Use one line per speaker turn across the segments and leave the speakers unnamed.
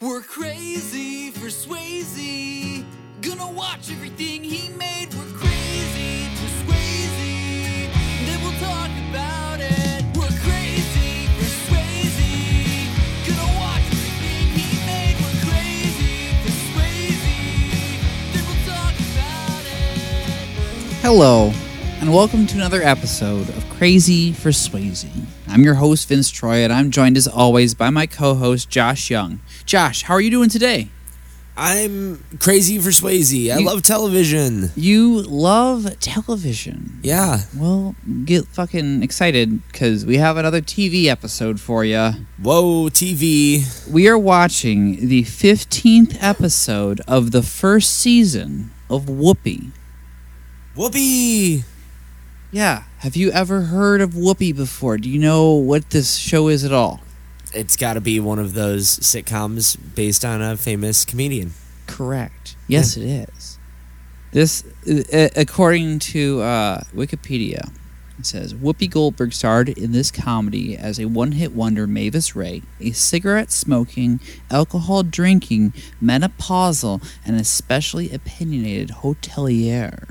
We're crazy for Swayze. Gonna watch everything he made. We're crazy for Swayze. Then we'll talk about it. We're crazy for Swayze. Gonna watch everything he made. We're crazy for Swayze. Then we'll talk about it.
Hello, and welcome to another episode of Crazy for Swayze. I'm your host, Vince Troy, and I'm joined as always by my co host, Josh Young. Josh, how are you doing today?
I'm crazy for Swayze. I
You-
love television.
You love television.
Yeah.
Well, get fucking excited because we have another TV episode for you.
Whoa, TV.
We are watching the 15th episode of the first season of Whoopi.
Whoopee.
Yeah. Have you ever heard of Whoopi before? Do you know what this show is at all?
It's got to be one of those sitcoms based on a famous comedian.
Correct. Yes, it is. This, uh, according to uh, Wikipedia, it says Whoopi Goldberg starred in this comedy as a one hit wonder Mavis Ray, a cigarette smoking, alcohol drinking, menopausal, and especially opinionated hotelier.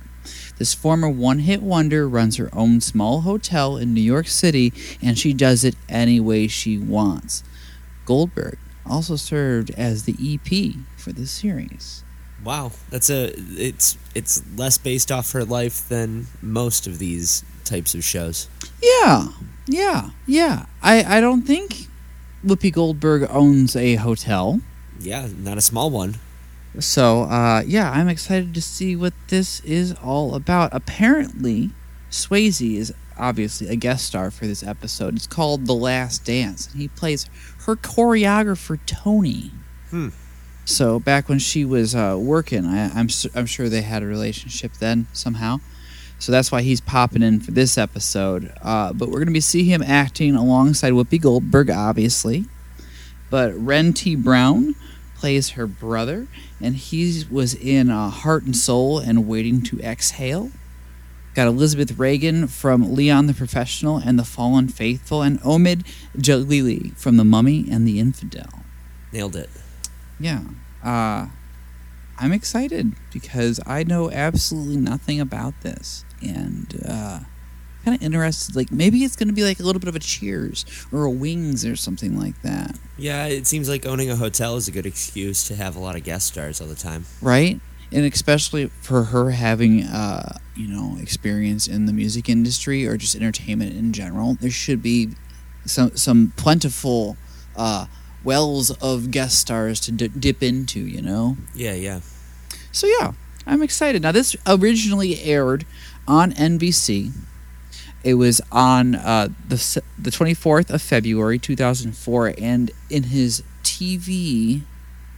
This former one hit wonder runs her own small hotel in New York City, and she does it any way she wants. Goldberg also served as the EP for the series.
Wow, that's a it's it's less based off her life than most of these types of shows.
Yeah, yeah, yeah. I, I don't think Whoopi Goldberg owns a hotel.
Yeah, not a small one.
So, uh, yeah, I'm excited to see what this is all about. Apparently, Swayze is obviously a guest star for this episode. It's called The Last Dance, and he plays her choreographer, Tony.
Hmm.
So, back when she was uh, working, I, I'm, su- I'm sure they had a relationship then somehow. So that's why he's popping in for this episode. Uh, but we're going to be see him acting alongside Whoopi Goldberg, obviously. But Ren T. Brown plays her brother, and he was in uh, Heart and Soul and Waiting to Exhale. Got Elizabeth Reagan from Leon the Professional and The Fallen Faithful, and Omid Jalili from The Mummy and The Infidel.
Nailed it.
Yeah. Uh, I'm excited because I know absolutely nothing about this. And uh, kind of interested. Like, maybe it's going to be like a little bit of a Cheers or a Wings or something like that.
Yeah, it seems like owning a hotel is a good excuse to have a lot of guest stars all the time.
right? And especially for her having, uh, you know, experience in the music industry or just entertainment in general, there should be some some plentiful uh, wells of guest stars to d- dip into, you know.
Yeah, yeah.
So yeah, I'm excited. Now this originally aired on NBC. It was on uh, the s- the 24th of February 2004, and in his TV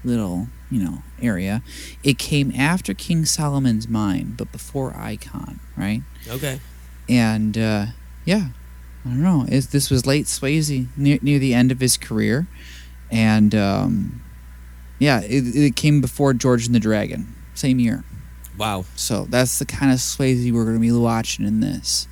little you know area, it came after King Solomon's Mine, but before Icon, right?
Okay.
and uh, yeah, I don't know. It's, this was late Swayze near, near the end of his career, and um, yeah, it, it came before George and the Dragon, same year.
Wow.
So that's the kind of Swayze we're going to be watching in this.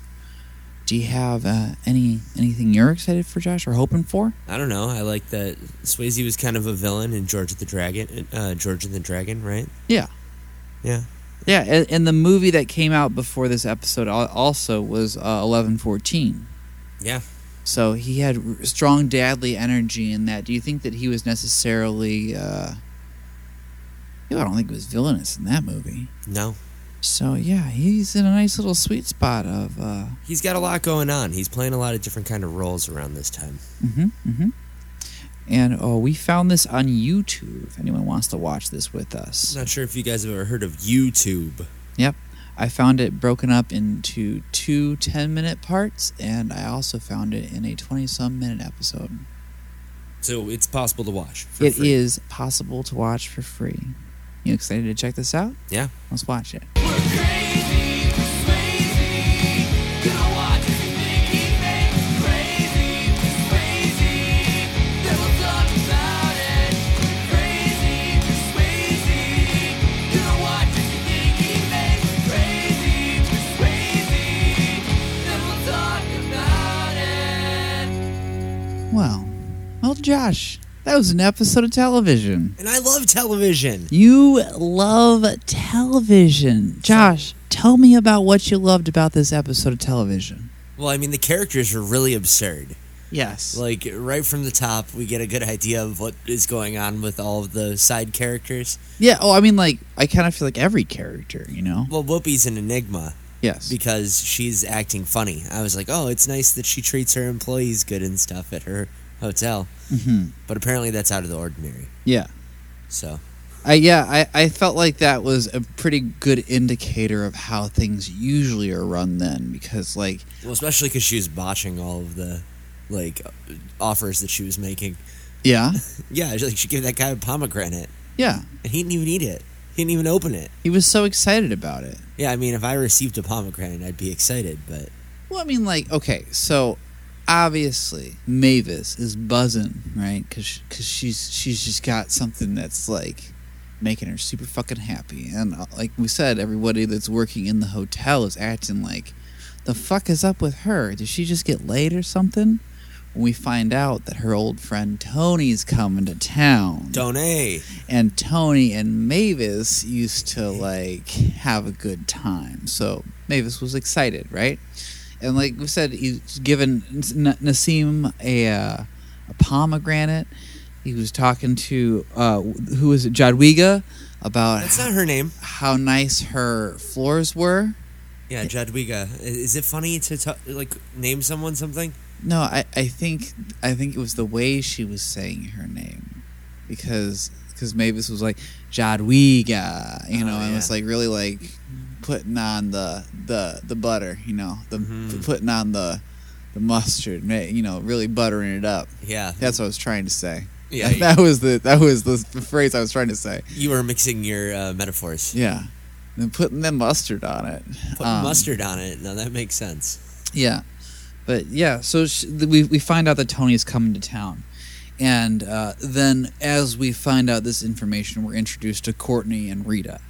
Do you have uh, any anything you're excited for, Josh, or hoping for?
I don't know. I like that Swayze was kind of a villain in George the Dragon. Uh, George and the Dragon, right?
Yeah.
Yeah.
Yeah, and, and the movie that came out before this episode al- also was uh, eleven fourteen.
Yeah.
So he had r- strong dadly energy in that. Do you think that he was necessarily? Uh, I don't think he was villainous in that movie.
No.
So yeah, he's in a nice little sweet spot of. Uh,
He's got a lot going on. He's playing a lot of different kind of roles around this time.
hmm hmm And oh, we found this on YouTube. If anyone wants to watch this with us,
Not sure if you guys have ever heard of YouTube.
I found it broken up into two 10 minute parts, and I also found it in a 20 some minute episode.
So it's possible to watch. for
It is
free.
possible to watch for free. You excited to check this out?
Yeah.
Let's watch it.
We're crazy for Swayze. Gonna watch everything he made. Crazy for Swayze. Then we'll talk about it. We're crazy for Swayze. Gonna watch everything he made. Crazy for Swayze. Then we'll talk about it.
Well, well, Josh, That was an episode of television.
And I love television.
You love television. Josh, tell me about what you loved about this episode of television.
Well, I mean, the characters are really absurd.
Yes.
Like, right from the top, we get a good idea of what is going on with all of the side characters.
Yeah, oh, I mean, like, I kind of feel like every character, you know?
Well, Whoopi's an enigma
Yes.
because she's acting funny. I was like, oh, it's nice that she treats her employees good and stuff at her hotel.
hmm
But apparently, that's out of the ordinary.
Yeah.
So,
I, yeah, I, I felt like that was a pretty good indicator of how things usually are run then because, like,
well, especially because she was botching all of the like offers that she was making.
yeah,
Yeah, like she gave that guy a pomegranate,
yeah.
and he didn't even eat it. He didn't even open it.
He was so excited about it.
Yeah, I mean, if I received a pomegranate, I'd be excited, but
Well, I mean, like, okay, so obviously Mavis is buzzing, right? Because she's she's just got something that's like making her super fucking happy, and uh, like we said, everybody that's working in the hotel is acting like, the fuck is up with her? Did she just get laid or something? When we find out that her old friend Tony's coming to town,
Donay.
and Tony and Mavis used to like have a good time. So Mavis was excited, right? And like we said, he's given N- Nassim a uh, a pomegranate. He was talking to uh, who was it, Jadwiga, about
That's not her name.
how nice her floors were.
Yeah, Jadwiga. I- Is it funny to t- like name someone something?
No, I, I think I think it was the way she was saying her name, because because Mavis was like Jadwiga, you
Oh,
know, and it's
yeah.
like really like putting on the the the butter, you know, the
Mhm.
putting on the the mustard, ma- you know, really buttering it up.
Yeah,
That's what I was trying to say.
yeah.
that was the that was the phrase I was trying to say.
you were mixing your uh, metaphors.
Yeah, and putting the mustard on it.
Put
Um,
mustard on it. Now that makes sense.
Yeah, but yeah. So sh we we find out that Tony is coming to town, and uh, then as we find out this information, we're introduced to Courtney and Rita.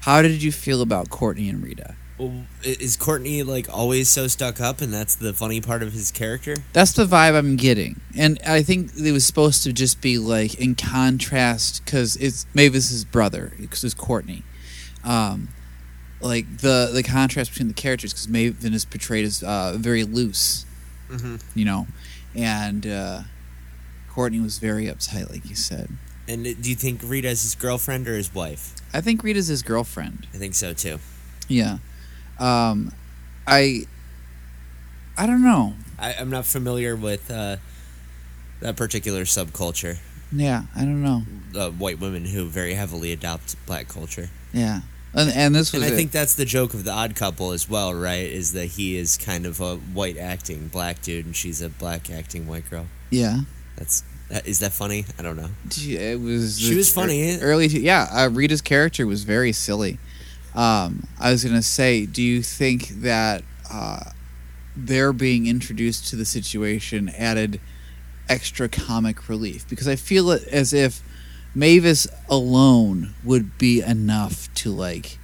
How did you feel about Courtney and Rita?
Well, i- is Courtney like always so stuck up, and that's the funny part of his character?
That's the vibe I'm getting, and I think it was supposed to just be like in contrast because it's Mavis's brother, because it's Courtney. Um, like the the contrast between the characters, because Maven is portrayed as uh, very loose,
Mm-hmm.
you know, and uh, Courtney was very uptight, like you said.
And do you think Rita's his girlfriend or his wife?
I think Rita's his girlfriend.
I think so too.
Yeah, um, I, I don't know.
I, I'm not familiar with uh, that particular subculture.
Yeah, I don't know.
Uh, white women who very heavily adopt black culture.
Yeah, and and this was
And I
it.
think that's the joke of the odd couple as well, right? Is that he is kind of a white acting black dude and she's a black acting white girl.
yeah.
That's that, is that funny? I don't know.
Gee, It was
She
the
was funny. eh?
ear- Early, two- yeah. Uh, Rita's character was very silly. Um, I was gonna say, do you think that uh, their being introduced to the situation added extra comic relief? Because I feel it as if Mavis alone would be enough to like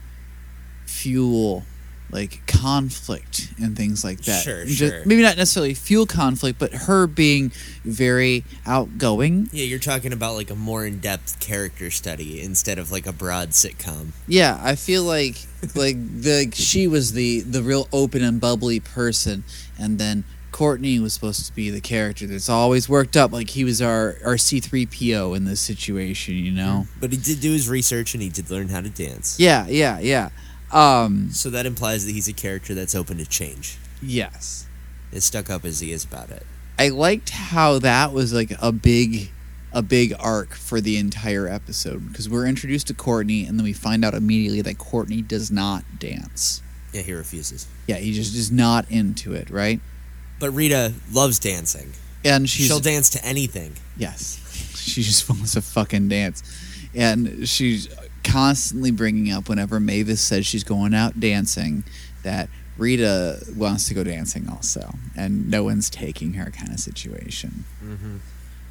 fuel like conflict and things like that.
Sure,
Just-
sure.
Maybe not necessarily fuel conflict, but her being very outgoing
Yeah, you're talking about like a more in depth character study instead of like a broad sitcom.
Yeah, I feel like like the she was the the real open and bubbly person, and then Courtney was supposed to be the character that's always worked up. Like he was our our C three PO in this situation, you know?
But he did do his research and he did learn how to dance.
Yeah, yeah, yeah. Um,
So that implies that he's a character that's open to change.
yes,
As stuck up as he is about it.
I liked how that was like a big a big arc for the entire episode because we're introduced to Courtney, and then we find out immediately that Courtney does not dance.
Yeah, he refuses.
Yeah, he just is not into it, right?
But Rita loves dancing.
And she's
She'll dance to anything.
Yes. She just wants to fucking dance. And she's constantly bringing up whenever Mavis says she's going out dancing that Rita wants to go dancing also. And no one's taking her kind of situation.
Mm-hmm.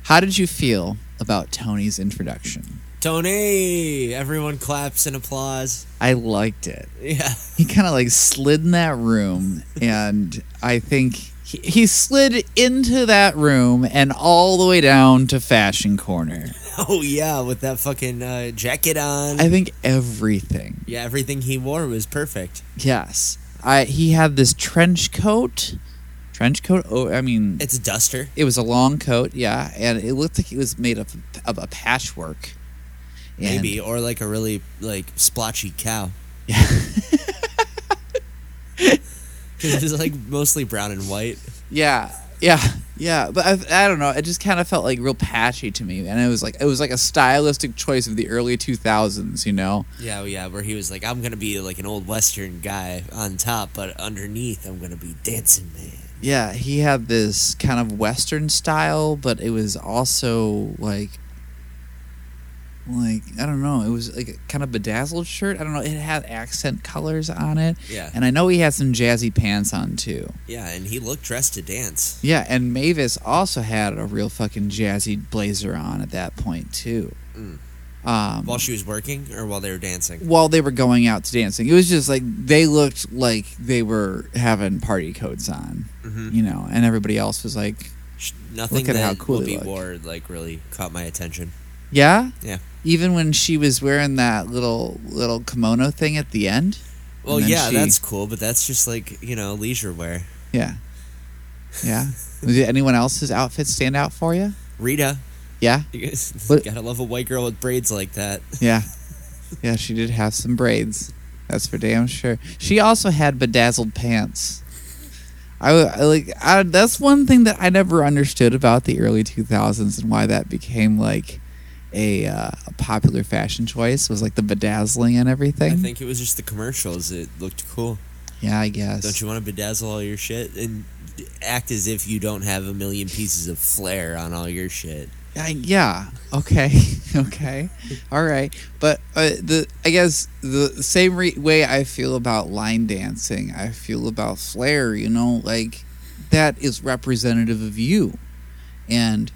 How did you feel about Tony's introduction?
Tony! Everyone claps and applause.
I liked it.
Yeah.
He kind of like slid in that room. And I think He, he slid into that room and all the way down to Fashion Corner.
Oh yeah, with that fucking uh, jacket on.
I think everything.
yeah, everything he wore was perfect.
Yes. I he had this trench coat. Trench coat? Oh, I mean,
It's a duster.
it was a long coat, yeah, and it looked like it was made of, of a patchwork. And-
Maybe, or like a really like splotchy cow. Yeah. it was like mostly brown and white.
Yeah, yeah, yeah. But I, I don't know. It just kind of felt like real patchy to me, and it was like it was like a stylistic choice of the early two thousands. You know?
Yeah, oh, yeah, where he was like, I'm gonna be like an old western guy on top, but underneath I'm gonna be dancing man.
Yeah, he had this kind of western style, but it was also like. Like I don't know, it was like a kind of bedazzled shirt. I don't know. It had accent colors on it,
Yeah.
and I know he had some jazzy pants on too.
Yeah, and he looked dressed to dance.
Yeah, and Mavis also had a real fucking jazzy blazer on at that point too.
Mm.
Um,
While she was working or while they were dancing.
while they were going out to dancing. It was just like they looked like they were having party coats on,
Mm-hmm.
you know, and everybody else was like,
Nothing
Look at
that
how cool
Whoopi
they look.
wore like really caught my attention.
"Yeah."
Yeah.
Even when she was wearing that little little kimono thing at the end.
Well,
And then
yeah,
she-
that's cool, but that's just like you know leisure wear.
Yeah. Yeah. Did anyone else's outfit stand out for you?
Rita,
Yeah.
you guys
What-
gotta love a white girl with braids like that.
Yeah. Yeah, she did have some braids. That's for damn sure. She also had bedazzled pants. I, w- I like I, that's one thing that I never understood about the early 2000s and why that became like a, uh, a popular fashion choice was like the bedazzling and everything.
I think it was just the commercials. It looked cool.
yeah, I guess.
Don't you want to bedazzle all your shit and act as if you don't have a million pieces of flair on all your shit?
I, yeah. Okay. okay. All right. But uh, the I guess the same re- way I feel about line dancing, I feel about flair. You know, like that is representative of you. And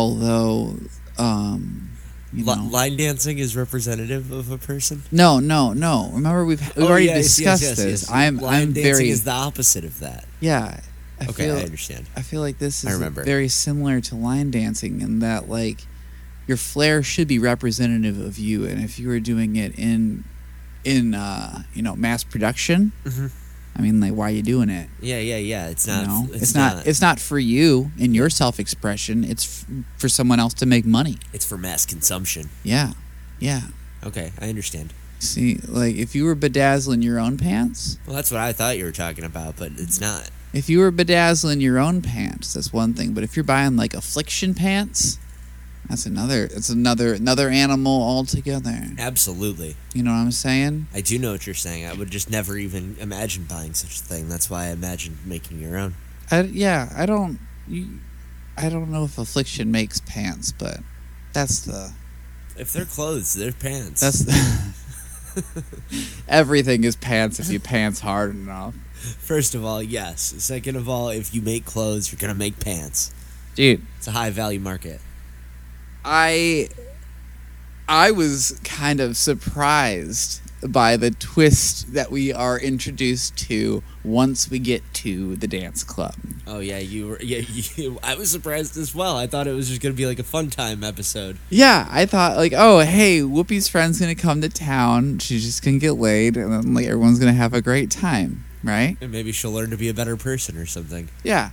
although, um, you know,
Li- line dancing is representative of a person.
no, no, no. Remember, we've we've
Oh,
already
yes, yes,
discussed
yes,
this.
yes.
I'm
line
I'm
dancing
very
is the opposite of that.
yeah. I
Okay,
feel
I understand.
I feel like this
I
is
remember.
very similar to line dancing in that like your flair should be representative of you, and if you were doing it in in uh, you know mass production,
Mhm.
I mean, like why are you doing it?
Yeah, yeah, yeah. It's
You
not.
know,
It's,
not,
not.
It's not for you in your self expression. It's f- for someone else to make money.
it's for mass consumption.
Yeah, yeah.
Okay, I understand.
See, like if you were bedazzling your own pants,
Well, that's what I thought you were talking about, but it's not.
If you were bedazzling your own pants, that's one thing. But if you're buying like affliction pants, that's another. It's another another animal altogether.
Absolutely.
You know what I'm saying?
I do know what you're saying. I would just never even imagine buying such a thing. That's why I imagined making your own.
I, yeah, I don't. You, I don't know if affliction makes pants, but that's the
If they're clothes, they're pants.
that's the everything is pants if you pants hard enough.
First of all, yes. Second of all, if you make clothes, you're going to make pants.
Dude,
It's a high value market.
I I was kind of surprised by the twist that we are introduced to once we get to the dance club.
Oh yeah, you were yeah, you, I was surprised as well. I thought it was just going to be like a fun time episode.
Yeah, I thought like, oh hey, Whoopi's friend's gonna come to town. She's just gonna get laid, and then like everyone's gonna have a great time, right?
And maybe she'll learn to be a better person or something.
Yeah.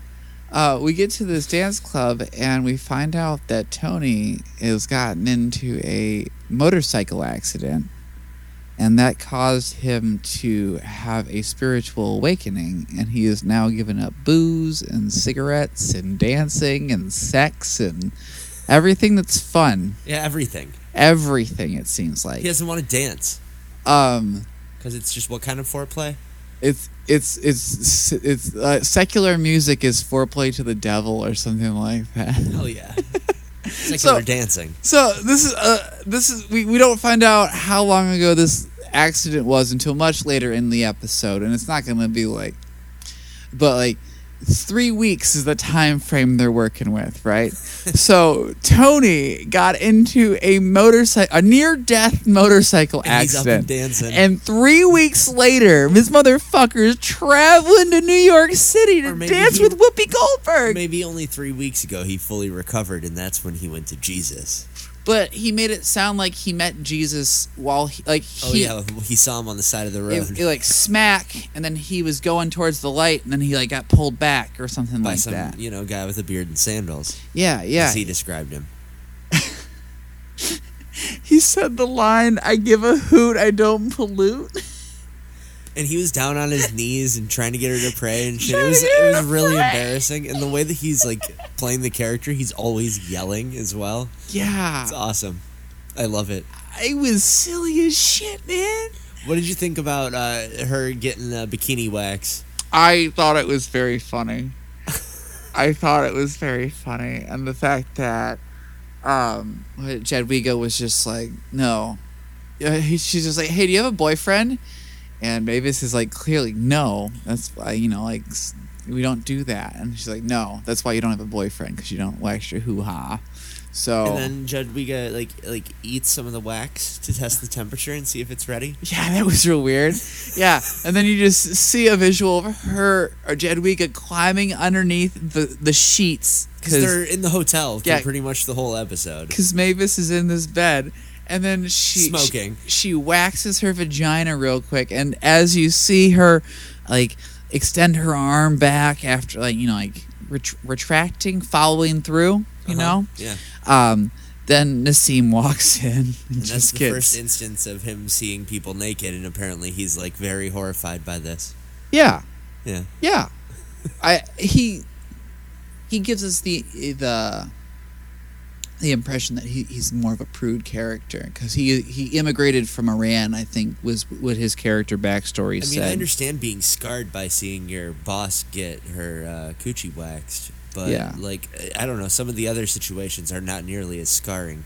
Uh, we get to this dance club and we find out that Tony has gotten into a motorcycle accident, and that caused him to have a spiritual awakening. And he is now given up booze and cigarettes and dancing and sex and everything that's fun.
Yeah, everything.
Everything it seems like.
He doesn't want to dance
Um,
cuz it's just what kind of foreplay?
it's it's it's it's uh, secular music is foreplay to the devil or something like that.
Hell yeah.
So-
Secular dancing.
So this is uh this is we, we don't find out how long ago this accident was until much later in the episode, and it's not going to be like, but like three weeks is the time frame they're working with, right? so Tony got into a motorcycle, a near-death motorcycle
And he's up and
accident,
dancing.
and three weeks later, this motherfucker is traveling to New York City
Or
to
maybe
dance
he-
with Whoopi Goldberg.
Maybe only three weeks ago he fully recovered, and that's when he went to Jesus.
But he made it sound like he met Jesus while he, like
Oh
he.
yeah, he saw him on the side of the road
It, it, like smack, and then he was going towards the light, and then he like got pulled back or something
by
like
some
that.
you know guy with a beard and sandals,
Yeah, yeah.
as he described him.
He said the line, I give a hoot, I don't pollute.
And he was down on his knees and trying to get her to pray and shit. It
Trying to
was
get her
it
to
was really
pray.
embarrassing. And the way that he's like playing the character, he's always yelling as well.
Yeah.
It's awesome. I love it.
It was silly as shit, man.
What did you think about uh, her getting uh, bikini wax?
I thought it was very funny. I thought it was very funny. And the fact that um, Jadwiga was just like, no. Yeah, he- She's just like, hey, do you have a boyfriend? And Mavis is like, clearly, no. That's why, you know, like, s- we don't do that. And she's like, no, that's why you don't have a boyfriend, because you don't wax your hoo ha. So.
And then Jadwiga like like eats some of the wax to test the temperature and see if it's ready.
Yeah, that was real weird. Yeah, and then you just see a visual of her or Jadwiga climbing underneath the the sheets
Because they're in the hotel for
Yeah.
pretty much the whole episode.
because Mavis is in this bed, and then she she-
Smoking.
She, waxes her vagina real quick, and as you see her, like extend her arm back after like you know like ret- retracting, following through, you
Uh-huh.
know.
Yeah.
Um, then Nassim walks in and,
And that's
just
the
gets
first instance of him seeing people naked, and apparently he's like very horrified by this.
yeah.
Yeah.
Yeah, I he he gives us the the the impression that he, he's more of a prude character because he he immigrated from Iran. I think was what his character backstory
I mean,
said.
I understand being scarred by seeing your boss get her uh, coochie waxed, but
Yeah.
like I don't know, some of the other situations are not nearly as scarring.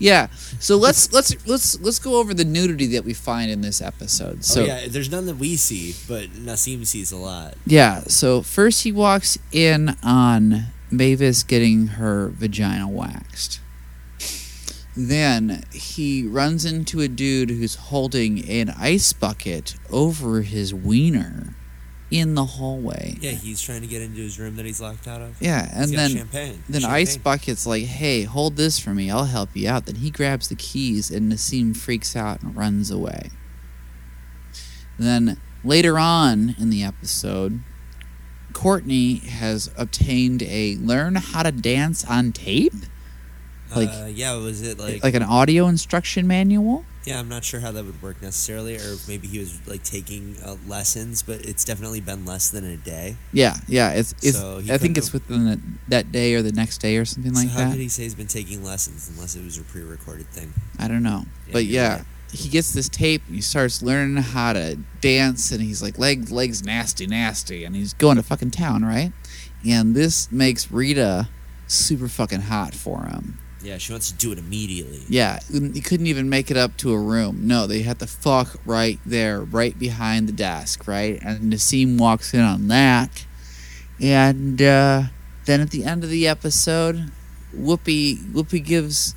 Yeah, so let's let's let's let's go over the nudity that we find in this episode. So
oh yeah, there's none that we see, but Nassim sees a lot.
Yeah, so first he walks in on Mavis getting her vagina waxed. Then he runs into a dude who's holding an ice bucket over his wiener in the hallway.
Yeah, he's trying to get into his room that he's locked out of.
Yeah,
He's
and
got
then
champagne.
then
champagne.
Ice Bucket's like, "Hey, hold this for me. I'll help you out." Then he grabs the keys, and Nassim freaks out and runs away. Then later on in the episode, Courtney has obtained a learn how to dance on tape, like-
uh, yeah, was it like,
like, an audio instruction manual.
yeah? I'm not sure how that would work necessarily, or maybe he was like taking uh, lessons, but it's definitely been less than a day.
Yeah, yeah. It's, it's
So he
I think
couldn't
it's within the, that day or the next day or something like
so how
that.
could he say he's been taking lessons unless it was a pre-recorded thing?
I don't know.
Yeah,
But
you're
yeah,
right.
he gets this tape and he starts learning how to dance and he's like, leg, legs nasty, nasty. And he's going to fucking town, right? And this makes Rita super fucking hot for him.
Yeah, she wants to do it immediately.
Yeah, and he couldn't even make it up to a room. No, they had to fuck right there, right behind the desk, right? And Nassim walks in on that. And uh, then at the end of the episode, Whoopi Whoopi gives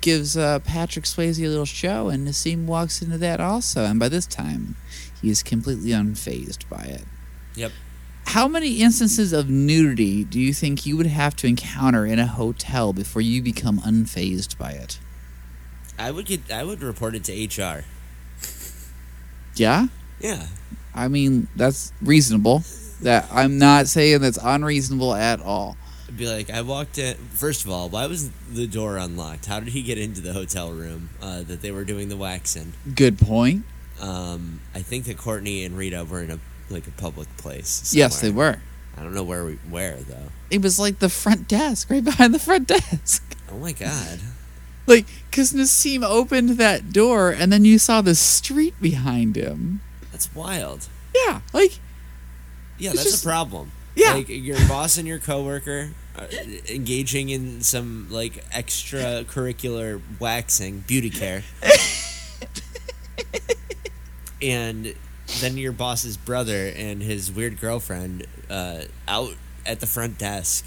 gives uh, Patrick Swayze a little show, and Nassim walks into that also. And by this time, he is completely unfazed by it.
Yep.
How many instances of nudity do you think you would have to encounter in a hotel before you become unfazed by it?
I would get. I would report it to HR.
Yeah,
Yeah.
I mean that's reasonable. That I'm not saying that's unreasonable at all.
I'd be like, I walked in. First of all, why was the door unlocked? How did he get into the hotel room uh, that they were doing the wax in?
Good point.
Um, I think that Courtney and Rita were in a like a public place.
Yes, they
somewhere.
were.
I don't know where we where though.
It was like the front desk, right behind the front desk.
Oh my god.
Like, because Nassim opened that door and then you saw the street behind him.
That's wild.
Yeah, like,
Yeah,
It's
that's
just-
a problem.
Yeah.
Like your boss and your coworker are engaging in some like extracurricular waxing, beauty care. and then your boss's brother and his weird girlfriend uh, out at the front desk.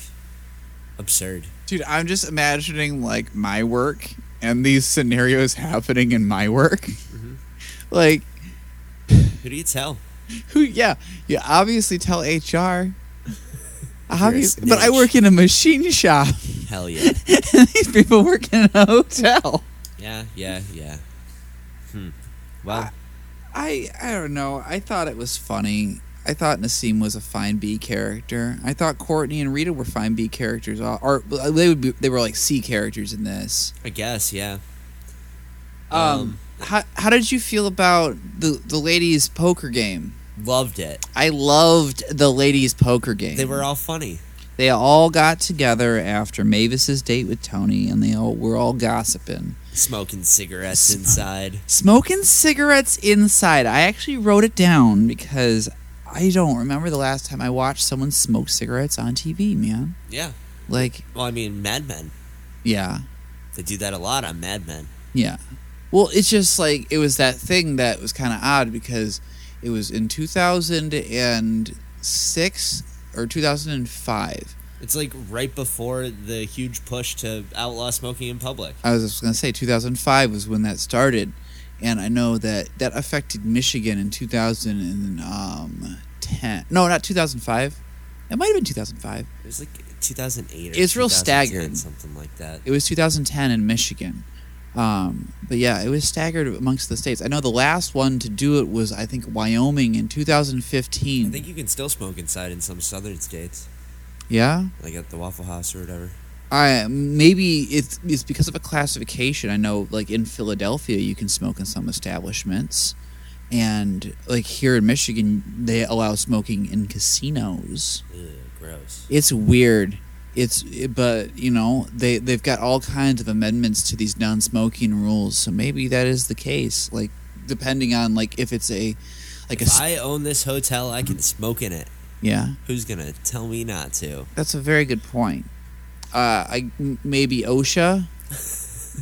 Absurd.
Dude, I'm just imagining like my work and these scenarios happening in my work. like,
Who do you tell?
who? Yeah, you obviously tell HR. Obviously, but I
snitch.
work in a machine shop.
Hell yeah.
These people work in a hotel.
Yeah, yeah, yeah. Hmm. Well,
I I don't know. I thought it was funny. I thought Nassim was a fine B character. I thought Courtney and Rita were fine B characters, all- or well, they would be, they were like C characters in this.
I guess, yeah.
Um, how how did you feel about the the ladies' poker game?
Loved it.
I loved the ladies' poker game.
They were all funny.
they all got together after Mavis's date with Tony, and they all were all gossiping.
Smoking cigarettes inside.
Smoking cigarettes inside. I actually wrote it down because I don't remember the last time I watched someone smoke cigarettes on TV, man.
Yeah.
Like,
Well, I mean, Mad Men.
yeah,
They do that a lot on Mad Men.
yeah. Well, it's just like it was that thing that was kind of odd because it was in 2006 or 2005.
It's like right before the huge push to outlaw smoking in public.
I was just going to say 2005 was when that started. And I know that that affected Michigan in 2010. um, No, not 2005. It might have been 2005.
It was like 2008 or
It's real
2010,
staggered.
Something like that.
it was 2010 in Michigan. Um, but yeah, it was staggered amongst the states. I know the last one to do it was, I think, Wyoming in 2015.
I think you can still smoke inside in some southern states,
yeah,
like at the Waffle House or whatever.
I maybe it's it's because of a classification. I know, like in Philadelphia, you can smoke in some establishments, and like here in Michigan, they allow smoking in casinos.
Ugh, gross.
it's weird it's but you know they they've got all kinds of amendments to these non-smoking rules so maybe that is the case like depending on like if it's a like a
If
s-
I own this hotel, I can smoke in it.
yeah
Who's gonna tell me not to?
that's a very good point uh i m- maybe osha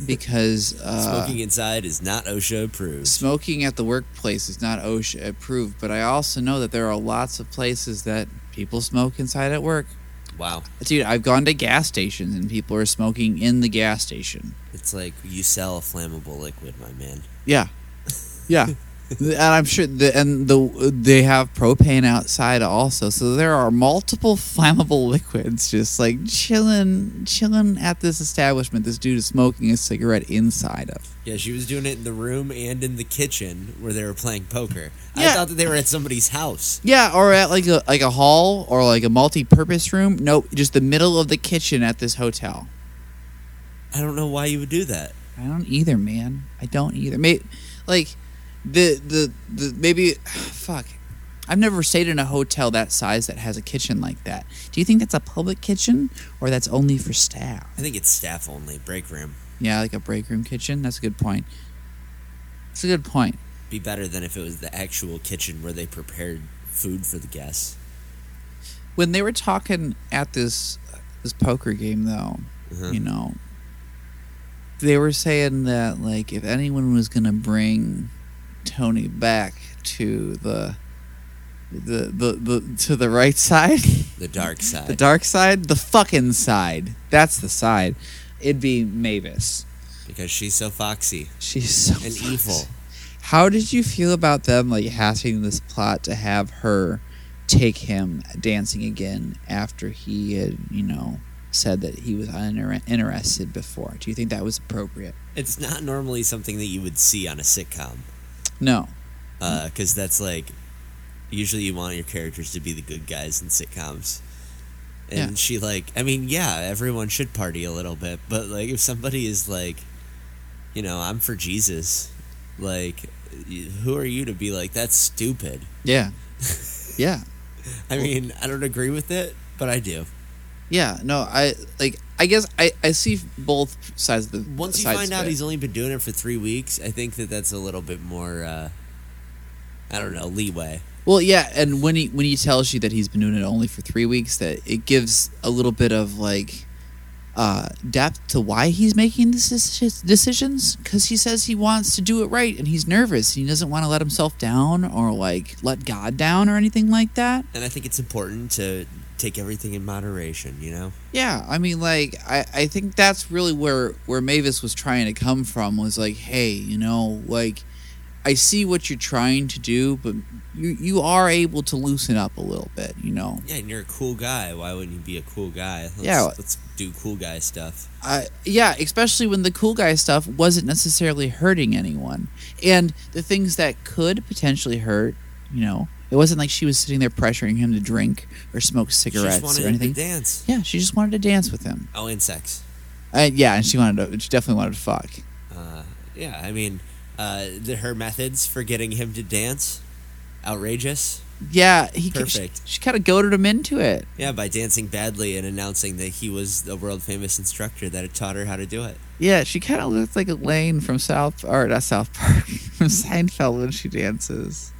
because uh
Smoking inside is not OSHA approved.
smoking at the workplace is not osha approved but i also know that there are lots of places that people smoke inside at work
Wow,
dude i've gone to gas stations and people are smoking in the gas station
it's like you sell a flammable liquid, my man.
Yeah, yeah, and I'm sure. The, and the they have propane outside also, so there are multiple flammable liquids just like chilling, chilling at this establishment. This dude is smoking a cigarette inside of.
Yeah, she was doing it in the room and in the kitchen where they were playing poker. I
Yeah.
thought that they were at somebody's house.
Yeah, or at like a like a hall or like a multi-purpose room. Nope, just the middle of the kitchen at this hotel.
I don't know why you would do that.
I don't either, man. I don't either. May like the the the maybe fuck. I've never stayed in a hotel that size that has a kitchen like that. Do you think that's a public kitchen or that's only for staff?
I think it's staff only break room.
Yeah, like a break room kitchen. That's a good point. That's a good point.
Be better than if it was the actual kitchen where they prepared food for the guests.
When they were talking at this this poker game though,
Uh-huh.
you know, they were saying that like if anyone was gonna bring Tony back to the the the, the to the right side,
The dark side.
the dark side, the fucking side. That's the side. It'd be Mavis.
because she's so foxy
She's so
and evil.
How did you feel about them like hatching this plot to have her take him dancing again after he had, you know, said that he was uninterested before? Do you think that was appropriate?
It's not normally something that you would see on a sitcom.
No.
because Uh, that's like usually you want your characters to be the good guys in sitcoms. And
Yeah.
she like, I mean, yeah, everyone should party a little bit, but like if somebody is like, you know, I'm for Jesus, like, y- who are you to be like that's stupid?
Yeah. yeah.
I mean, I don't agree with it, but I do.
Yeah. No, I like I guess I I see both sides of the
Once you
sides
find
of
out
it.
he's only been doing it for three weeks, I think that that's a little bit more, uh, I don't know, leeway.
Well, yeah, and when he when he tells you that he's been doing it only for 3 weeks that it gives a little bit of like uh, depth to why he's making these deci- decisions because he says he wants to do it right and he's nervous and he doesn't want to let himself down or like let God down or anything like that.
And I think it's important to take everything in moderation, you know?
Yeah, I mean, like I, I think that's really where where Mavis was trying to come from was like, hey, you know, like I see what you're trying to do, but you you are able to loosen up a little bit, you know.
Yeah, and you're a cool guy. Why wouldn't you be a cool guy? Let's,
Yeah.
Let's do cool guy stuff.
uh, yeah, especially when the cool guy stuff wasn't necessarily hurting anyone. And the things that could potentially hurt, you know, it wasn't like she was sitting there pressuring him to drink or smoke
she
cigarettes
just
or
wanted to
anything.
dance.
Yeah, she just wanted to dance with him.
Oh, and sex.
Uh, yeah, and she wanted to, she definitely wanted to fuck.
Uh, yeah, I mean, uh, the, her methods for getting him to dance, outrageous.
Yeah, he she-
Perfect.
She, kind of goaded him into it.
Yeah, by dancing badly and announcing that he was the world famous instructor that had taught her how to do it.
Yeah, she kind of looks like Elaine from South or not South Park from Seinfeld when she dances,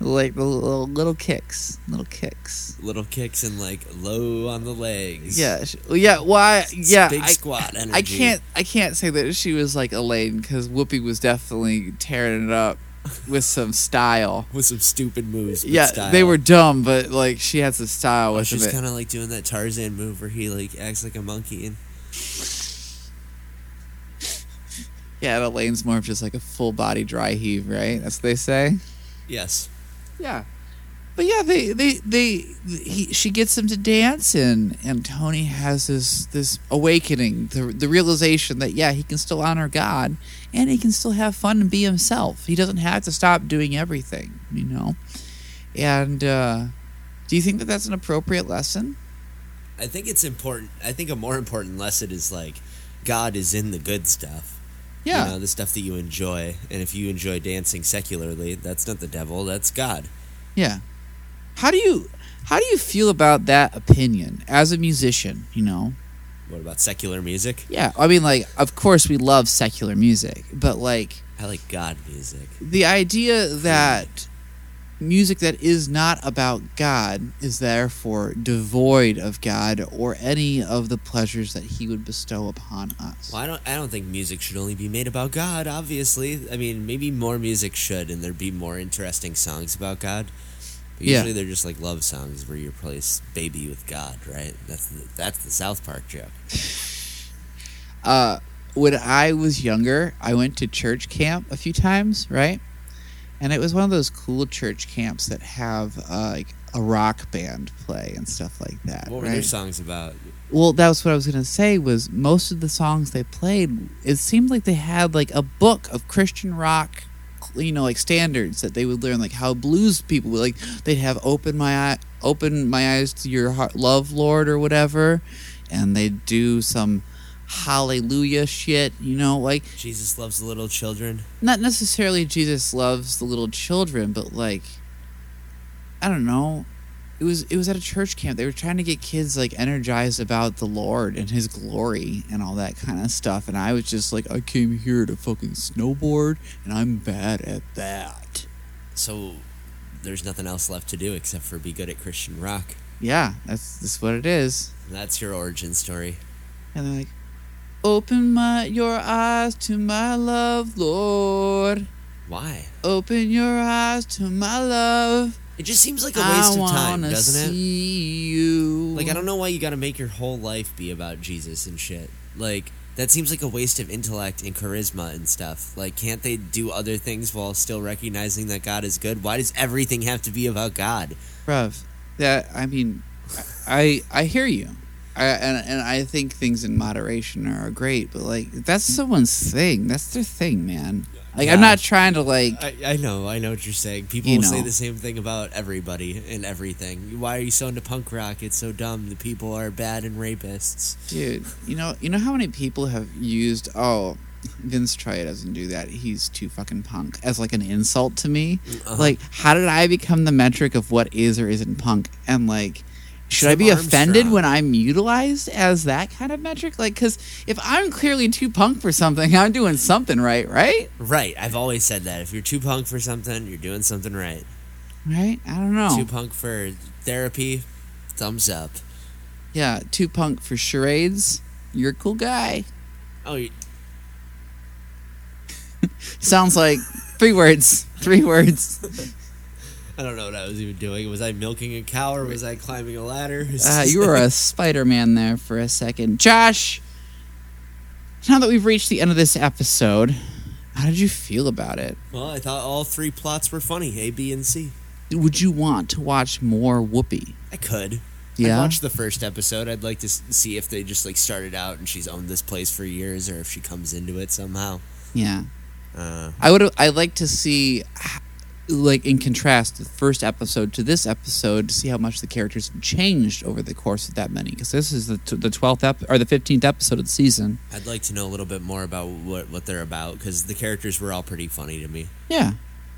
like the little, little kicks, little kicks.
Little kicks and like low on the legs.
Yeah, sh- yeah. Why?
It's
yeah,
big
I,
squat energy.
I can't. I can't say that she was like Elaine because Whoopi was definitely tearing it up with some style.
with some stupid moves. but
yeah,
style.
they were dumb, but like she had some style with
She's
it.
kind of like doing that Tarzan move where he like acts like a monkey and
yeah, and Elaine's more of just like a full body dry heave, right? That's what they say.
yes,
Yeah. But yeah, they they they he, she gets him to dance, and and Tony has this this awakening, the the realization that yeah, he can still honor God, and he can still have fun and be himself. He doesn't have to stop doing everything, you know. And uh, do you think that that's an appropriate lesson?
I think it's important. I think a more important lesson is like God is in the good stuff.
Yeah,
you know, the stuff that you enjoy, and if you enjoy dancing secularly, that's not the devil, that's God.
yeah. How do you how do you feel about that opinion as a musician? You know,
What about secular music?
yeah. I mean, like, of course we love secular music, but like.
I like God music.
the idea that music that is not about God is therefore devoid of God or any of the pleasures that He would bestow upon us.
Well, I don't. I don't think music should only be made about God. Obviously, I mean, maybe more music should, and there'd be more interesting songs about God. But
Yeah.
usually, they're just like love songs where you replace "baby" with "God." Right? That's the, that's the South Park joke.
Uh, when I was younger, I went to church camp a few times, right? And it was one of those cool church camps that have uh, like a rock band play and stuff like that.
What were
right?
their songs about?
Well, that was what I was going to say. Was most of the songs they played? It seemed like they had like a book of Christian rock, you know, like standards that they would learn, like how blues people would like. They'd have open my eye, open my eyes to your heart, love, Lord, or whatever, and they'd do some hallelujah shit, you know, like
Jesus loves the little children.
not necessarily Jesus loves the little children, but like I don't know. It was it was at a church camp. They were trying to get kids like energized about the Lord and his glory and all that kind of stuff. And I was just like, I came here to fucking snowboard and I'm bad at that.
So there's nothing else left to do except for be good at Christian rock.
Yeah, that's that's what it is.
That's your origin story.
And they're like, Open my your eyes to my love, Lord.
Why?
Open your eyes to my love.
It just seems like a waste
I
of time,
wanna
doesn't it?
See you.
Like I don't know why you got to make your whole life be about Jesus and shit. Like that seems like a waste of intellect and charisma and stuff. Like can't they do other things while still recognizing that God is good? Why does everything have to be about God?
Bruv, that I mean, I I hear you, I, and and I think things in moderation are great, but like that's someone's thing. That's their thing, man. Like I'm
Yeah.
not trying to like.
I, I know, I know what you're saying. People
You
will say
know.
the same thing about everybody and everything. Why are you so into punk rock? It's so dumb. The people are bad and rapists.
Dude, you know, you know how many people have used oh, Vince Troya doesn't do that. He's too fucking punk as like an insult to me.
Uh-huh.
Like, how did I become the metric of what is or isn't punk? And like, should I
Tim
be offended
Armstrong.
when I'm utilized as that kind of metric? Like, because if I'm clearly too punk for something, I'm doing something right, right?
Right. I've always said that. If you're too punk for something, you're doing something right.
Right? I don't know.
Too punk for therapy, thumbs up.
yeah, too punk for charades. You're a cool guy.
Oh, you-
Sounds like three words. Three words.
I don't know what I was even doing. Was I milking a cow or was I climbing a ladder?
Uh, you were a Spider Man there for a second. Josh, now that we've reached the end of this episode, how did you feel about it?
well, I thought all three plots were funny A, B, and C.
Would you want to watch more Whoopi?
I could. I
Yeah.
watched the first episode. I'd like to s- see if they just like started out and she's owned this place for years or if she comes into it somehow.
Yeah.
Uh,
I would. I like to see, h- like in contrast, the first episode to this episode, to see how much the characters have changed over the course of that many. Because this is the t- the twelfth ep- or the fifteenth episode of the season.
I'd like to know a little bit more about what, what they're about because the characters were all pretty funny to me.
Yeah,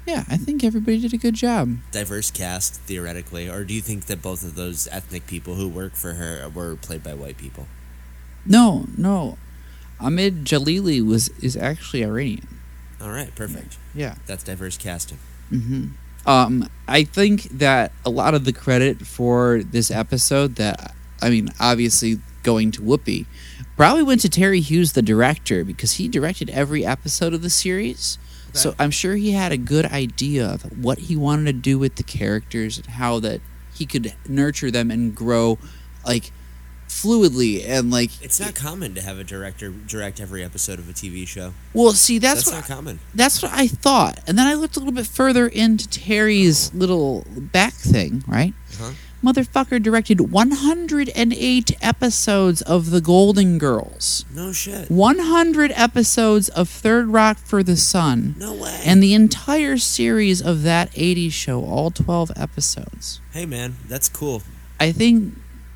yeah. I think everybody did a good job.
Diverse cast, theoretically. Or do you think that both of those ethnic people who work for her were played by white people?
No, no. Ahmed Jalili was is actually Iranian.
All right, perfect.
Yeah.
That's diverse casting.
hmm Um, I think that a lot of the credit for this episode, that I mean, obviously going to Whoopi, probably went to Terry Hughes, the director, because he directed every episode of the series. So I'm sure he had a good idea of what he wanted to do with the characters and how that he could nurture them and grow, like fluidly and like.
It's not common to have a director direct every episode of a TV show.
Well, see, that's,
That's,
what
not common.
that's what I thought. And then I looked a little bit further into Terry's little back thing, right?
Huh?
Motherfucker directed 108 episodes of The Golden Girls,
No shit.
100 episodes of Third Rock for the Sun,
No way.
and the entire series of that 80s show, all 12 episodes.
hey, man, that's cool.
I think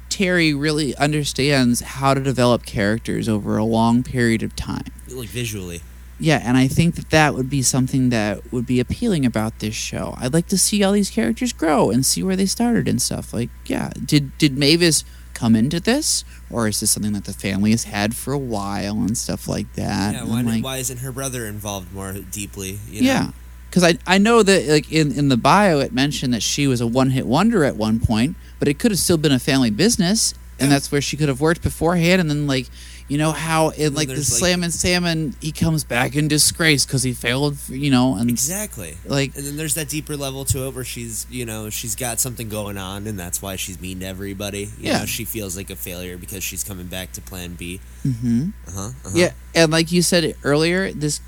Terry really understands how to develop characters over a long period of time.
Like visually.
Yeah, and I think that that would be something that would be appealing about this show. I'd like to see all these characters grow and see where they started and stuff. Like, yeah, did did Mavis come into this, or is this something that the family has had for a while and stuff like that?
Yeah,
And,
why, n-
like,
why isn't her brother involved more deeply? You know?
yeah, because I I know that like in in the bio it mentioned that she was a one hit wonder at one point, but it could have still been a family business, and
Yeah.
that's where she could have worked beforehand, and then like. You know how in
then
like the
there's, like-
Slam and Salmon, he comes back in disgrace because he failed, you know, and
Exactly.
like
And then there's that deeper level to it where she's, you know, she's got something going on and that's why she's mean to everybody. You
Yeah.
know, she feels like a failure because she's coming back to plan B.
hmm
Uh-huh. uh-huh.
yeah and like you said earlier this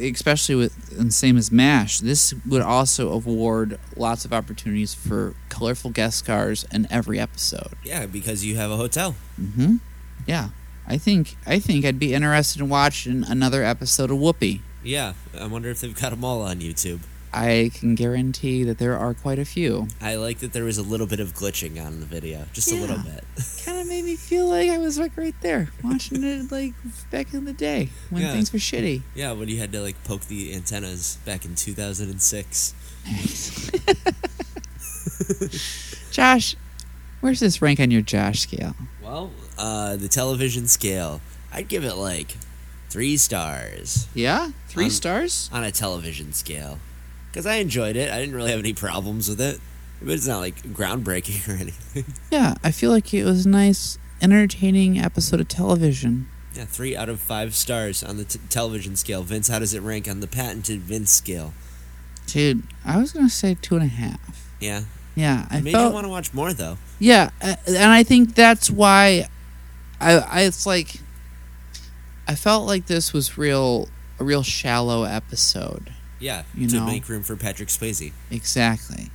especially with and same as mash this would also award lots of opportunities for colorful guest stars in every episode
Yeah, because you have a hotel.
hmm yeah i think i think i'd be interested in watching another episode of whoopi
Yeah. I wonder if they've got them all on YouTube.
i can guarantee that there are quite a few
I like that there was a little bit of glitching on the video. Just a little
Yeah.
bit.
kind of made me feel like i was like right there watching it like back in the day when
Yeah.
things were shitty
Yeah, when you had to like poke the antennas back in 2006.
josh where's this rank on your josh scale
Well, uh, the television scale, I'd give it like three stars
Yeah, three
Um,
stars.
on a television scale because I enjoyed it. I didn't really have any problems with it, but it's not like groundbreaking or anything.
Yeah, I feel like it was a nice, entertaining episode of television.
Yeah, three out of five stars on the t- television scale. Vince, how does it rank on the patented Vince scale?
Dude, I was gonna say two and a half.
Yeah,
Yeah, I
it made
felt.
you want to watch more though.
yeah, a- and I think that's why, I, I it's like, I felt like this was real, a real shallow episode.
Yeah,
You
to
know.
make room for Patrick Swayze.
Exactly.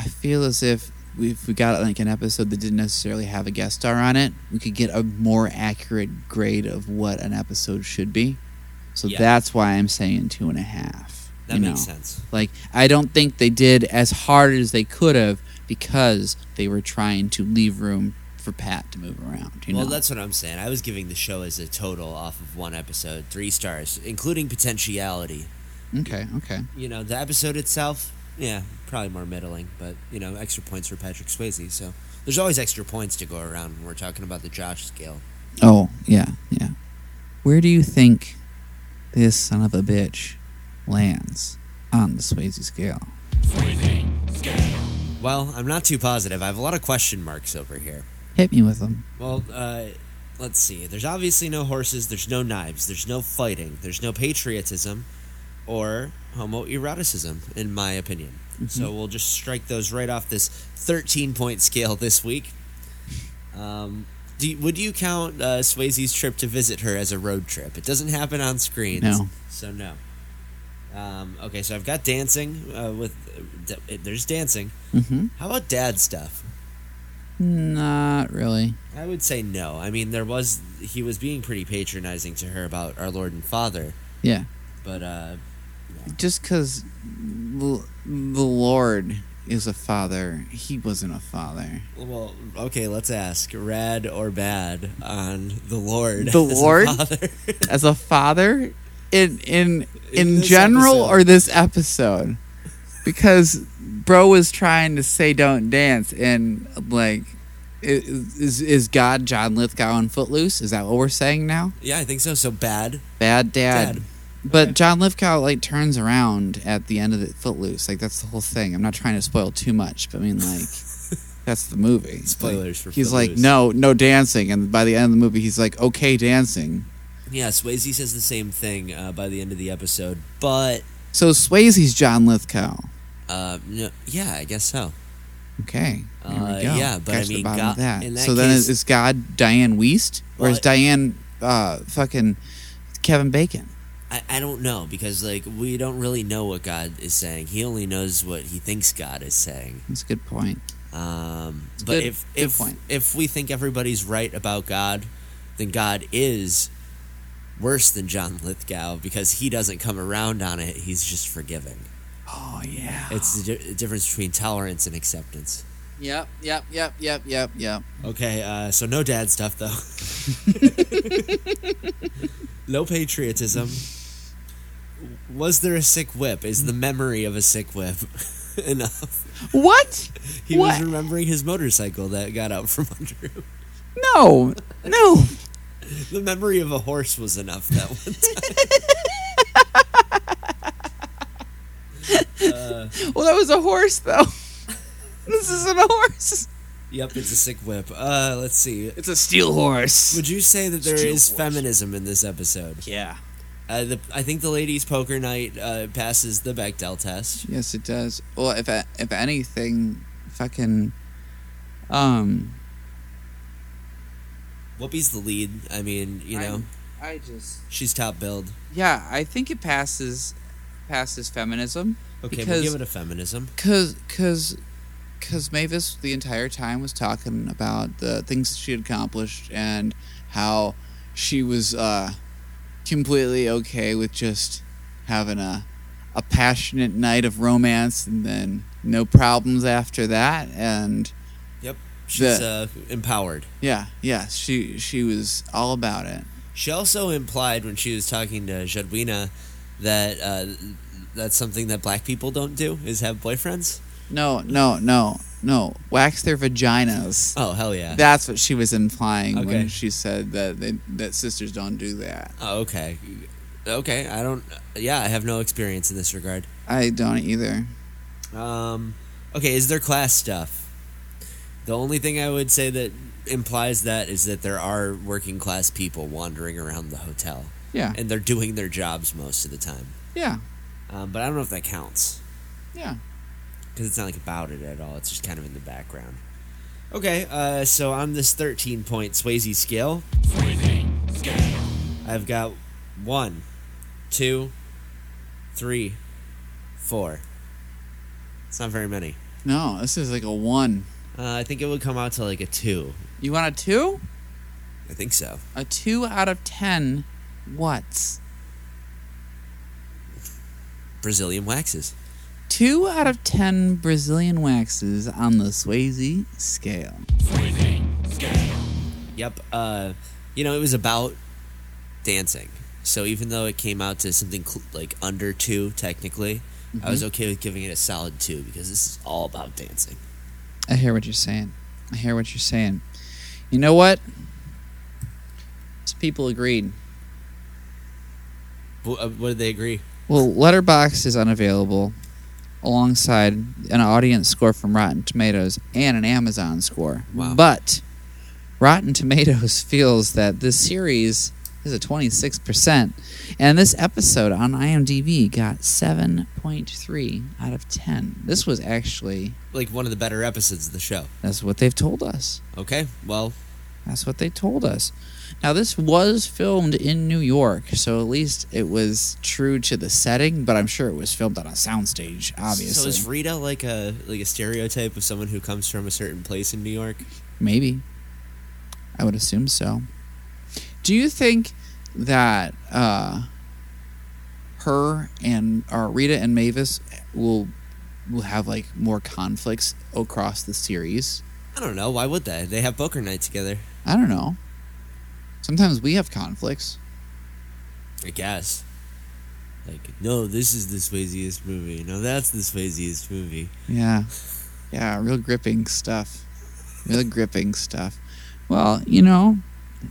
I feel as if if we got like an episode that didn't necessarily have a guest star on it, we could get a more accurate grade of what an episode should be. So
Yeah.
that's why I'm saying two and a half.
That
you
makes
know?
sense.
Like I don't think they did as hard as they could have because they were trying to leave room for Pat to move around. You
well,
know?
that's what I'm saying. I was giving the show as a total off of one episode, three stars, including potentiality.
okay, okay.
you know, the episode itself, yeah, probably more middling, but you know, extra points for Patrick Swayze. So there's always extra points to go around when we're talking about the Josh scale.
Oh yeah, yeah. Where do you think this son of a bitch lands on the Swayze scale?
Well, I'm not too positive. I have a lot of question marks over here.
Hit me with them.
Well, uh, let's see. There's obviously no horses. There's no knives. There's no fighting. There's no patriotism, or homoeroticism, in my opinion. So we'll just strike those right off this 13 point scale this week. Um, do you- would you count uh, Swayze's trip to visit her as a road trip? It doesn't happen on screens.
No.
So no. Um, okay, so I've got dancing uh, with. d- there's dancing.
Mm-hmm.
How about dad stuff?
Not really.
I would say no. I mean, there was he was being pretty patronizing to her about our Lord and Father,
Yeah.
but uh,
Just because the Lord is a father, he wasn't a father.
well, okay, let's ask rad or bad on the Lord.
The
as a
Lord?
father.
As a father, in in
In
in,
this
general
episode.
or this episode, because bro was trying to say don't dance and like. i- Is is God John Lithgow in Footloose? Is that what we're saying now?
yeah, I think so. So bad.
Bad dad.
Dad.
But John Lithgow like turns around at the end of the Footloose. Like that's the whole thing. I'm not trying to spoil too much, but I mean like that's the movie.
Spoilers
Like,
for
He's like
Footloose.
no, no dancing, and by the end of the movie, he's like okay dancing.
Yeah, Swayze says the same thing uh, by the end of the episode, but
So Swayze's John Lithgow.
uh, no, yeah, I guess so.
Okay. There we
Uh,
go.
yeah, but I
Catch the
mean,
bottom
God-
of that.
in that
so then
case-
is God Diane Weist or
Well,
is
it-
Diane uh, fucking Kevin Bacon?
I, I don't know because like we don't really know what God is saying. He only knows what he thinks God is saying.
That's a good point.
Um, but
good-
if
good
if
point.
if we think everybody's right about God, then God is worse than John Lithgow because he doesn't come around on it. He's just forgiving.
Oh yeah.
It's the di- difference between tolerance and acceptance.
Yep. Yep. Yep. Yep. Yep. Yep.
Okay, uh, so no dad stuff though. no patriotism. Was there a sick whip? Is the memory of a sick whip enough?
What?
He
What?
was remembering his motorcycle that got out from under him.
No. No.
The memory of a horse was enough that one time.
Well, that was a horse, though. this isn't a horse.
Yep, it's a sick whip. Uh, let's see.
It's a steel horse.
Would you say that there
Steel
is
horse.
feminism in this episode?
Yeah.
Uh, the, I think the ladies' poker night uh, passes the Bechdel test.
Yes, it does. Well, if if anything, fucking, um,
Whoopi's the lead. I mean, you know,
I just
she's top billed.
yeah, I think it passes passes feminism
Okay,
Because-
we'll give it a feminism.
because because because Mavis the entire time was talking about the things that she had accomplished and how she was uh, completely okay with just having a a passionate night of romance and then no problems after that and
Yep. She's uh, empowered.
yeah yeah she she was all about it
She also implied when she was talking to Jadwina that uh, that's something that black people don't do is have boyfriends.
no no no no wax their vaginas
Oh, hell yeah.
that's what she was implying
Okay.
when she said that they, that sisters don't do that
oh, okay. Okay, I don't. Yeah, I have no experience in this regard.
I don't either.
Um, okay, is there class stuff? The only thing I would say that implies that is that there are working class people wandering around the hotel,
Yeah.
and they're doing their jobs most of the time.
Yeah.
Um, but I don't know if that counts
Yeah.
because it's not like about it at all. It's just kind of in the background. Okay, uh, so on this thirteen point Swayze scale, I've got one, two, three, four. It's not very many.
No, this is like a one.
Uh, I think it would come out to like a two.
You want a two?
I think so.
A two out of ten. What?
Brazilian waxes.
Two out of ten Brazilian waxes on the Swayze scale.
Yep. Uh, you know, it was about dancing. So even though it came out to something cl- like under two technically, I was okay with giving it a solid two because this is all about dancing.
I hear what you're saying. I hear what you're saying. You know what? These people agreed.
What, uh, what did they agree?
Well, Letterboxd is unavailable alongside an audience score from Rotten Tomatoes and an Amazon score.
Wow.
But Rotten Tomatoes feels that this series is a 26%, and this episode on IMDb got 7.3 out of 10. This was actually,
Like one of the better episodes of the show.
that's what they've told us.
Okay, well,
That's what they told us. Now, this was filmed in New York, so at least it was true to the setting, but I'm sure it was filmed on a soundstage, obviously.
So is Rita like a like a stereotype of someone who comes from a certain place in New York?
Maybe. I would assume so.
Do you think that uh, her and or Rita and Mavis will will have like more conflicts across the series?
I don't know. Why would they? They have poker night together.
I don't know. Sometimes we have conflicts.
I guess. Like, no, this is the Swayzeest movie. No, that's the Swayzeest movie.
Yeah, yeah, real gripping stuff. Real gripping stuff.
Well, you know,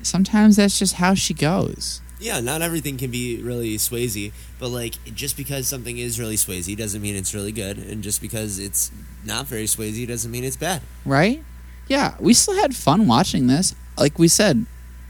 sometimes that's just how she goes.
Yeah, not everything can be really Swayze, but like just because something is really Swayze doesn't mean it's really good, and just because it's not very Swayze doesn't mean it's bad.
Right? Yeah, we still had fun watching this. Like we said,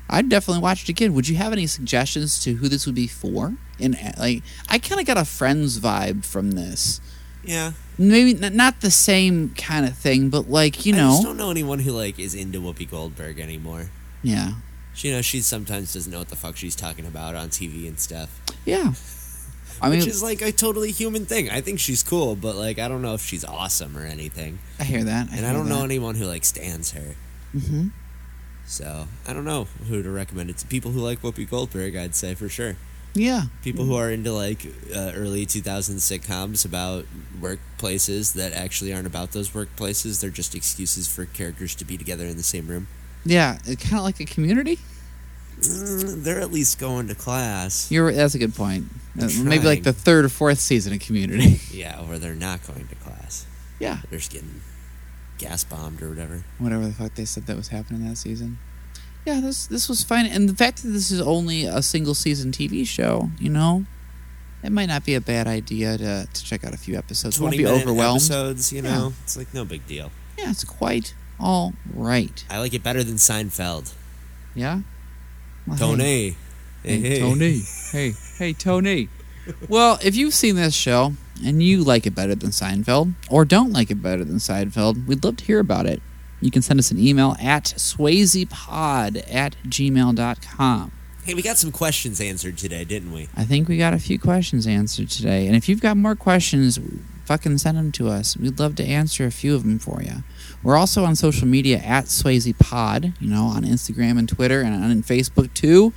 I'd definitely watch it again. Would you have any suggestions to who this would be for? And uh, like, I kind of got a friends vibe from this.
Yeah,
Maybe n- not the same kind of thing, but like you
I
know,
just don't know anyone who like is into Whoopi Goldberg anymore.
yeah,
She, you know, she sometimes doesn't know what the fuck she's talking about on TV and stuff.
yeah. I mean,
which is like a totally human thing. I think she's cool, but like I don't know if she's awesome or anything.
I hear that.
And I don't know anyone who like stands her.
hmm
So I don't know who to recommend it to. People who like Whoopi Goldberg, I'd say for sure.
Yeah,
People who are into like uh, early 2000s sitcoms about workplaces that actually aren't about those workplaces. They're just excuses for characters to be together in the same room.
yeah. It's kind of like a community.
Mm, they're at least going to class.
You're. That's a good point. Uh, maybe
trying.
like the third or fourth season of Community.
Yeah, or they're not going to class.
yeah.
They're just getting gas bombed or whatever.
whatever the fuck they said that was happening that season. Yeah, this this was fine, and the fact that this is only a single season TV show, you know, it might not be a bad idea to, to check out a few episodes. Won't be
20-minute
overwhelmed.
Episodes, you know, it's like no big deal.
Yeah, it's quite all right.
I like it better than Seinfeld.
Yeah, Well, hey.
Tony,
Hey,
Hey, hey.
Tony. Hey, hey, Tony. well, if you've seen this show and you like it better than Seinfeld, or don't like it better than Seinfeld, we'd love to hear about it. You can send us an email at swayzepod at gmail.com.
Hey, we got some questions answered today, didn't we?
I think we got a few questions answered today. And if you've got more questions, fucking send them to us. We'd love to answer a few of them for you. We're also on social media at SwayzePod, you know, on Instagram and Twitter and on Facebook too.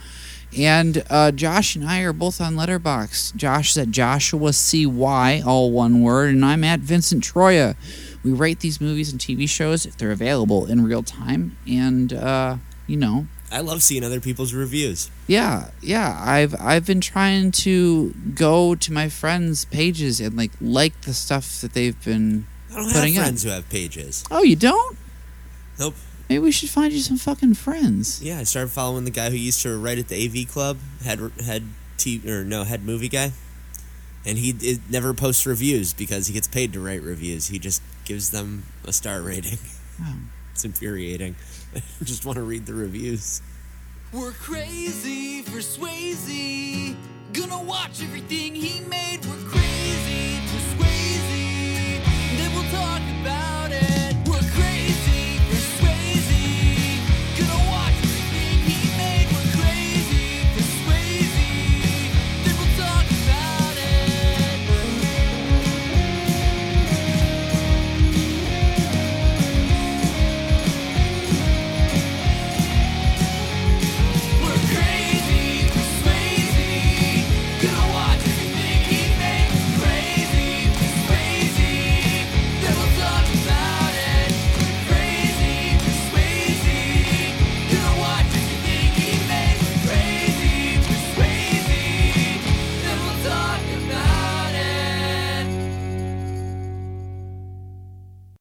And uh, Josh and I are both on Letterbox. Josh is at Joshua CY, all one word, and I'm at Vincent Troya. We rate these movies and TV shows if they're available in real time. And, uh, you know,
I love seeing other people's reviews.
yeah, yeah. I've I've been trying to go to my friends' pages and like like the stuff that they've been.
I don't
Putting
have
up.
friends who have pages.
Oh, you don't?
Nope.
Maybe we should find you some fucking friends.
Yeah, I started following the guy who used to write at the AV Club, head head t or no head movie guy, and he it never posts reviews because he gets paid to write reviews. He just gives them a star rating.
Wow.
It's infuriating. I just want to read the reviews.
We're crazy for Swayze. Gonna watch everything he made.